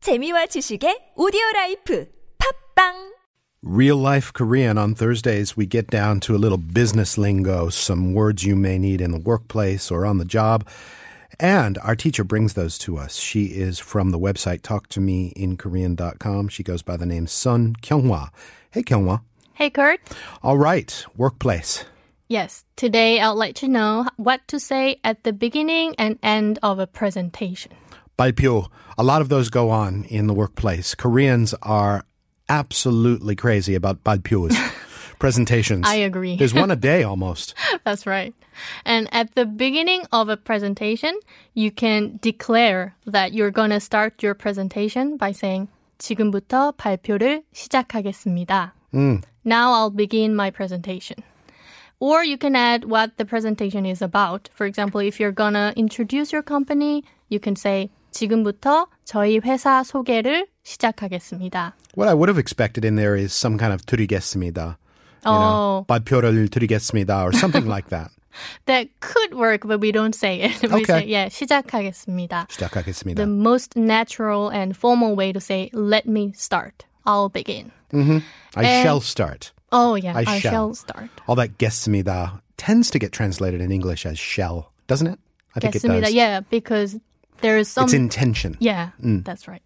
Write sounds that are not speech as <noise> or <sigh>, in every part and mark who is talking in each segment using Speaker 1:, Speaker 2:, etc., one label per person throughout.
Speaker 1: 재미와 지식의 오디오 라이프 팝빵
Speaker 2: Real Life Korean on Thursdays, we get down to a little business lingo, some words you may need in the workplace or on the job. And our teacher brings those to us. She is from the website talktomeinkorean.com. She goes by the name Sun Kyunghwa. Hey, Kyunghwa.
Speaker 3: Hey, Kurt.
Speaker 2: All right, workplace.
Speaker 3: Yes, today I'll let you know what to say at the beginning and end of a presentation.
Speaker 2: 발표. A lot of those go on in the workplace. Koreans are absolutely crazy about 발표's presentations.
Speaker 3: I agree.
Speaker 2: There's one a day almost.
Speaker 3: That's right. And at the beginning of a presentation, you can declare that you're going to start your presentation by saying 지금부터 발표를 시작하겠습니다. Now I'll begin my presentation. Or you can add what the presentation is about. For example, if you're gonna introduce your company, you can say 지금부터 저희 회사 소개를 시작하겠습니다.
Speaker 2: What I would have expected in there is some kind of 드리겠습니다. You know,
Speaker 3: Oh.
Speaker 2: 발표를 드리겠습니다 or something like that. <laughs>
Speaker 3: That could work, but we don't say it. <laughs> we
Speaker 2: Okay.
Speaker 3: say, yeah, 시작하겠습니다. The
Speaker 2: 시작하겠습니다.
Speaker 3: most natural and formal way to say, let me start. I'll begin.
Speaker 2: I shall start.
Speaker 3: Oh, yeah,
Speaker 2: I
Speaker 3: I,
Speaker 2: shall.
Speaker 3: shall. start.
Speaker 2: All that guessmida tends to get translated in English as shall, doesn't it? I think it
Speaker 3: Guess습니다.
Speaker 2: does.
Speaker 3: Yeah, um, because there is some.
Speaker 2: It's Mm. intention.
Speaker 3: Yeah, that's right.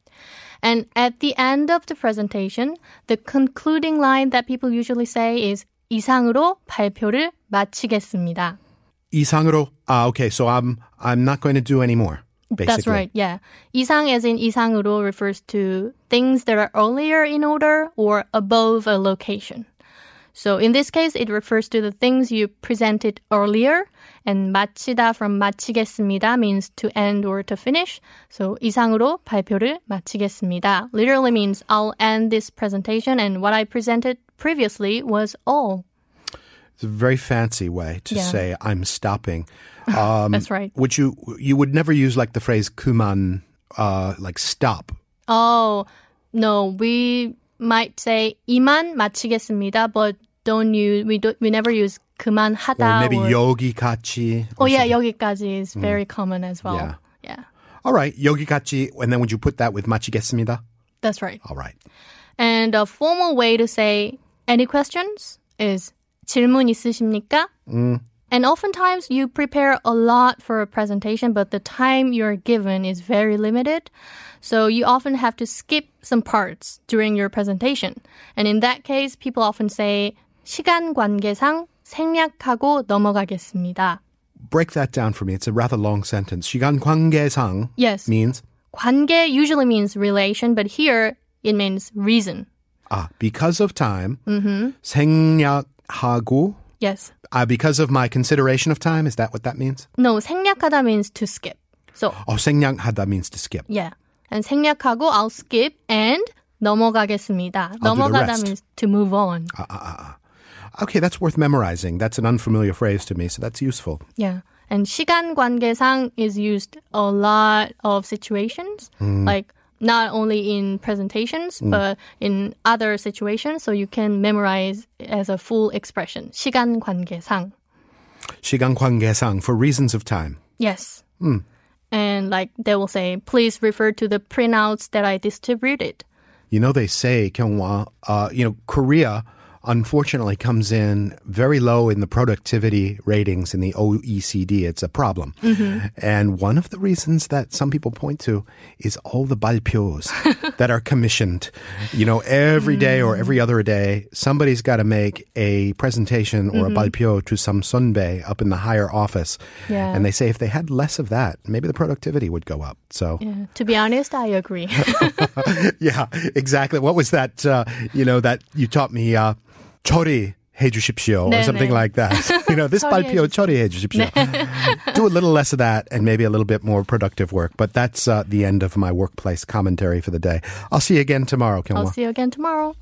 Speaker 3: And at the end of the presentation, the concluding line that people usually say is 이상으로 발표를 마치겠습니다.
Speaker 2: 이상으로. Ah, okay. So I'm I'm not going to do any more. Basically.
Speaker 3: That's right. Yeah. 이상 as in 이상으로 refers to things that are earlier in order or above a location. So in this case, it refers to the things you presented earlier. And 마치다 from 마치겠습니다 means to end or to finish. So 이상으로 발표를 마치겠습니다. Literally means I'll end this presentation and what I presented previously was all.
Speaker 2: It's a very fancy way to
Speaker 3: Yeah.
Speaker 2: say I'm stopping.
Speaker 3: That's right.
Speaker 2: Which you you would never use like the phrase kuman uh like stop.
Speaker 3: Oh, no, we might say 이만 마치겠습니다, but don't use we don't we never use 그만하다
Speaker 2: Or maybe
Speaker 3: or-
Speaker 2: yogi kachi.
Speaker 3: Oh yeah, 여기까지 is very common as well.
Speaker 2: Mm. Yeah.
Speaker 3: yeah.
Speaker 2: All right, yogi kachi. And then would you put that with machigesmida?
Speaker 3: That's right.
Speaker 2: All right.
Speaker 3: And a formal way to say any questions is 질문 있으십니까? And oftentimes you prepare a lot for a presentation, but the time you're given is very limited. So you often have to skip some parts during your presentation. And in that case, people often say 시간 관계상 생략하고 넘어가겠습니다.
Speaker 2: Break that down for me. It's a rather long sentence. Shigan kwangesang
Speaker 3: Yes.
Speaker 2: means
Speaker 3: 관계 usually means relation, but here it means reason.
Speaker 2: ah because of time. 생략하고
Speaker 3: Yes.
Speaker 2: ah because of my consideration of time. Is that what that means?
Speaker 3: No, 생략하다 means to skip. So
Speaker 2: Oh, 생략하다 means to skip.
Speaker 3: Yeah. And 생략하고 I'll skip and 넘어가겠습니다.
Speaker 2: I'll do the
Speaker 3: 넘어가다
Speaker 2: rest.
Speaker 3: means to move on.
Speaker 2: Okay, that's worth memorizing. That's an unfamiliar phrase to me, so that's useful.
Speaker 3: Yeah. And 시간 관계상 is used a lot of situations. Like not only in presentations but in other situations so you can memorize as a full expression. 시간 관계상.
Speaker 2: 시간 관계상 for reasons of time.
Speaker 3: Yes. And like they will say please refer to the printouts that I distributed.
Speaker 2: You know, they say, Kyunghwa, uh, you know, Korea unfortunately comes in very low in the productivity ratings in the OECD. It's a problem.
Speaker 3: Mm-hmm.
Speaker 2: And one of the reasons that some people point to is all the
Speaker 3: <laughs>
Speaker 2: balpios that are commissioned. You know, every day
Speaker 3: Mm.
Speaker 2: or every other day, somebody's got to make a presentation or
Speaker 3: Mm-hmm.
Speaker 2: a balpio to some sunbae up in the higher office.
Speaker 3: Yeah.
Speaker 2: And they say if they had less of that, maybe the productivity would go up. So.
Speaker 3: Yeah. To be honest, I
Speaker 2: <laughs>
Speaker 3: agree.
Speaker 2: Yeah, exactly. What was that? Uh, you know that you taught me uh, chori 해주십시오 or
Speaker 3: 네,
Speaker 2: something
Speaker 3: 네.
Speaker 2: like that. <laughs> You know this 발표 chori <laughs> 해주십시오. Do a little less of that and maybe a little bit more productive work. But that's uh, the end of my workplace commentary for the day. I'll see you again tomorrow, Kilmore.
Speaker 3: I'll see you again tomorrow.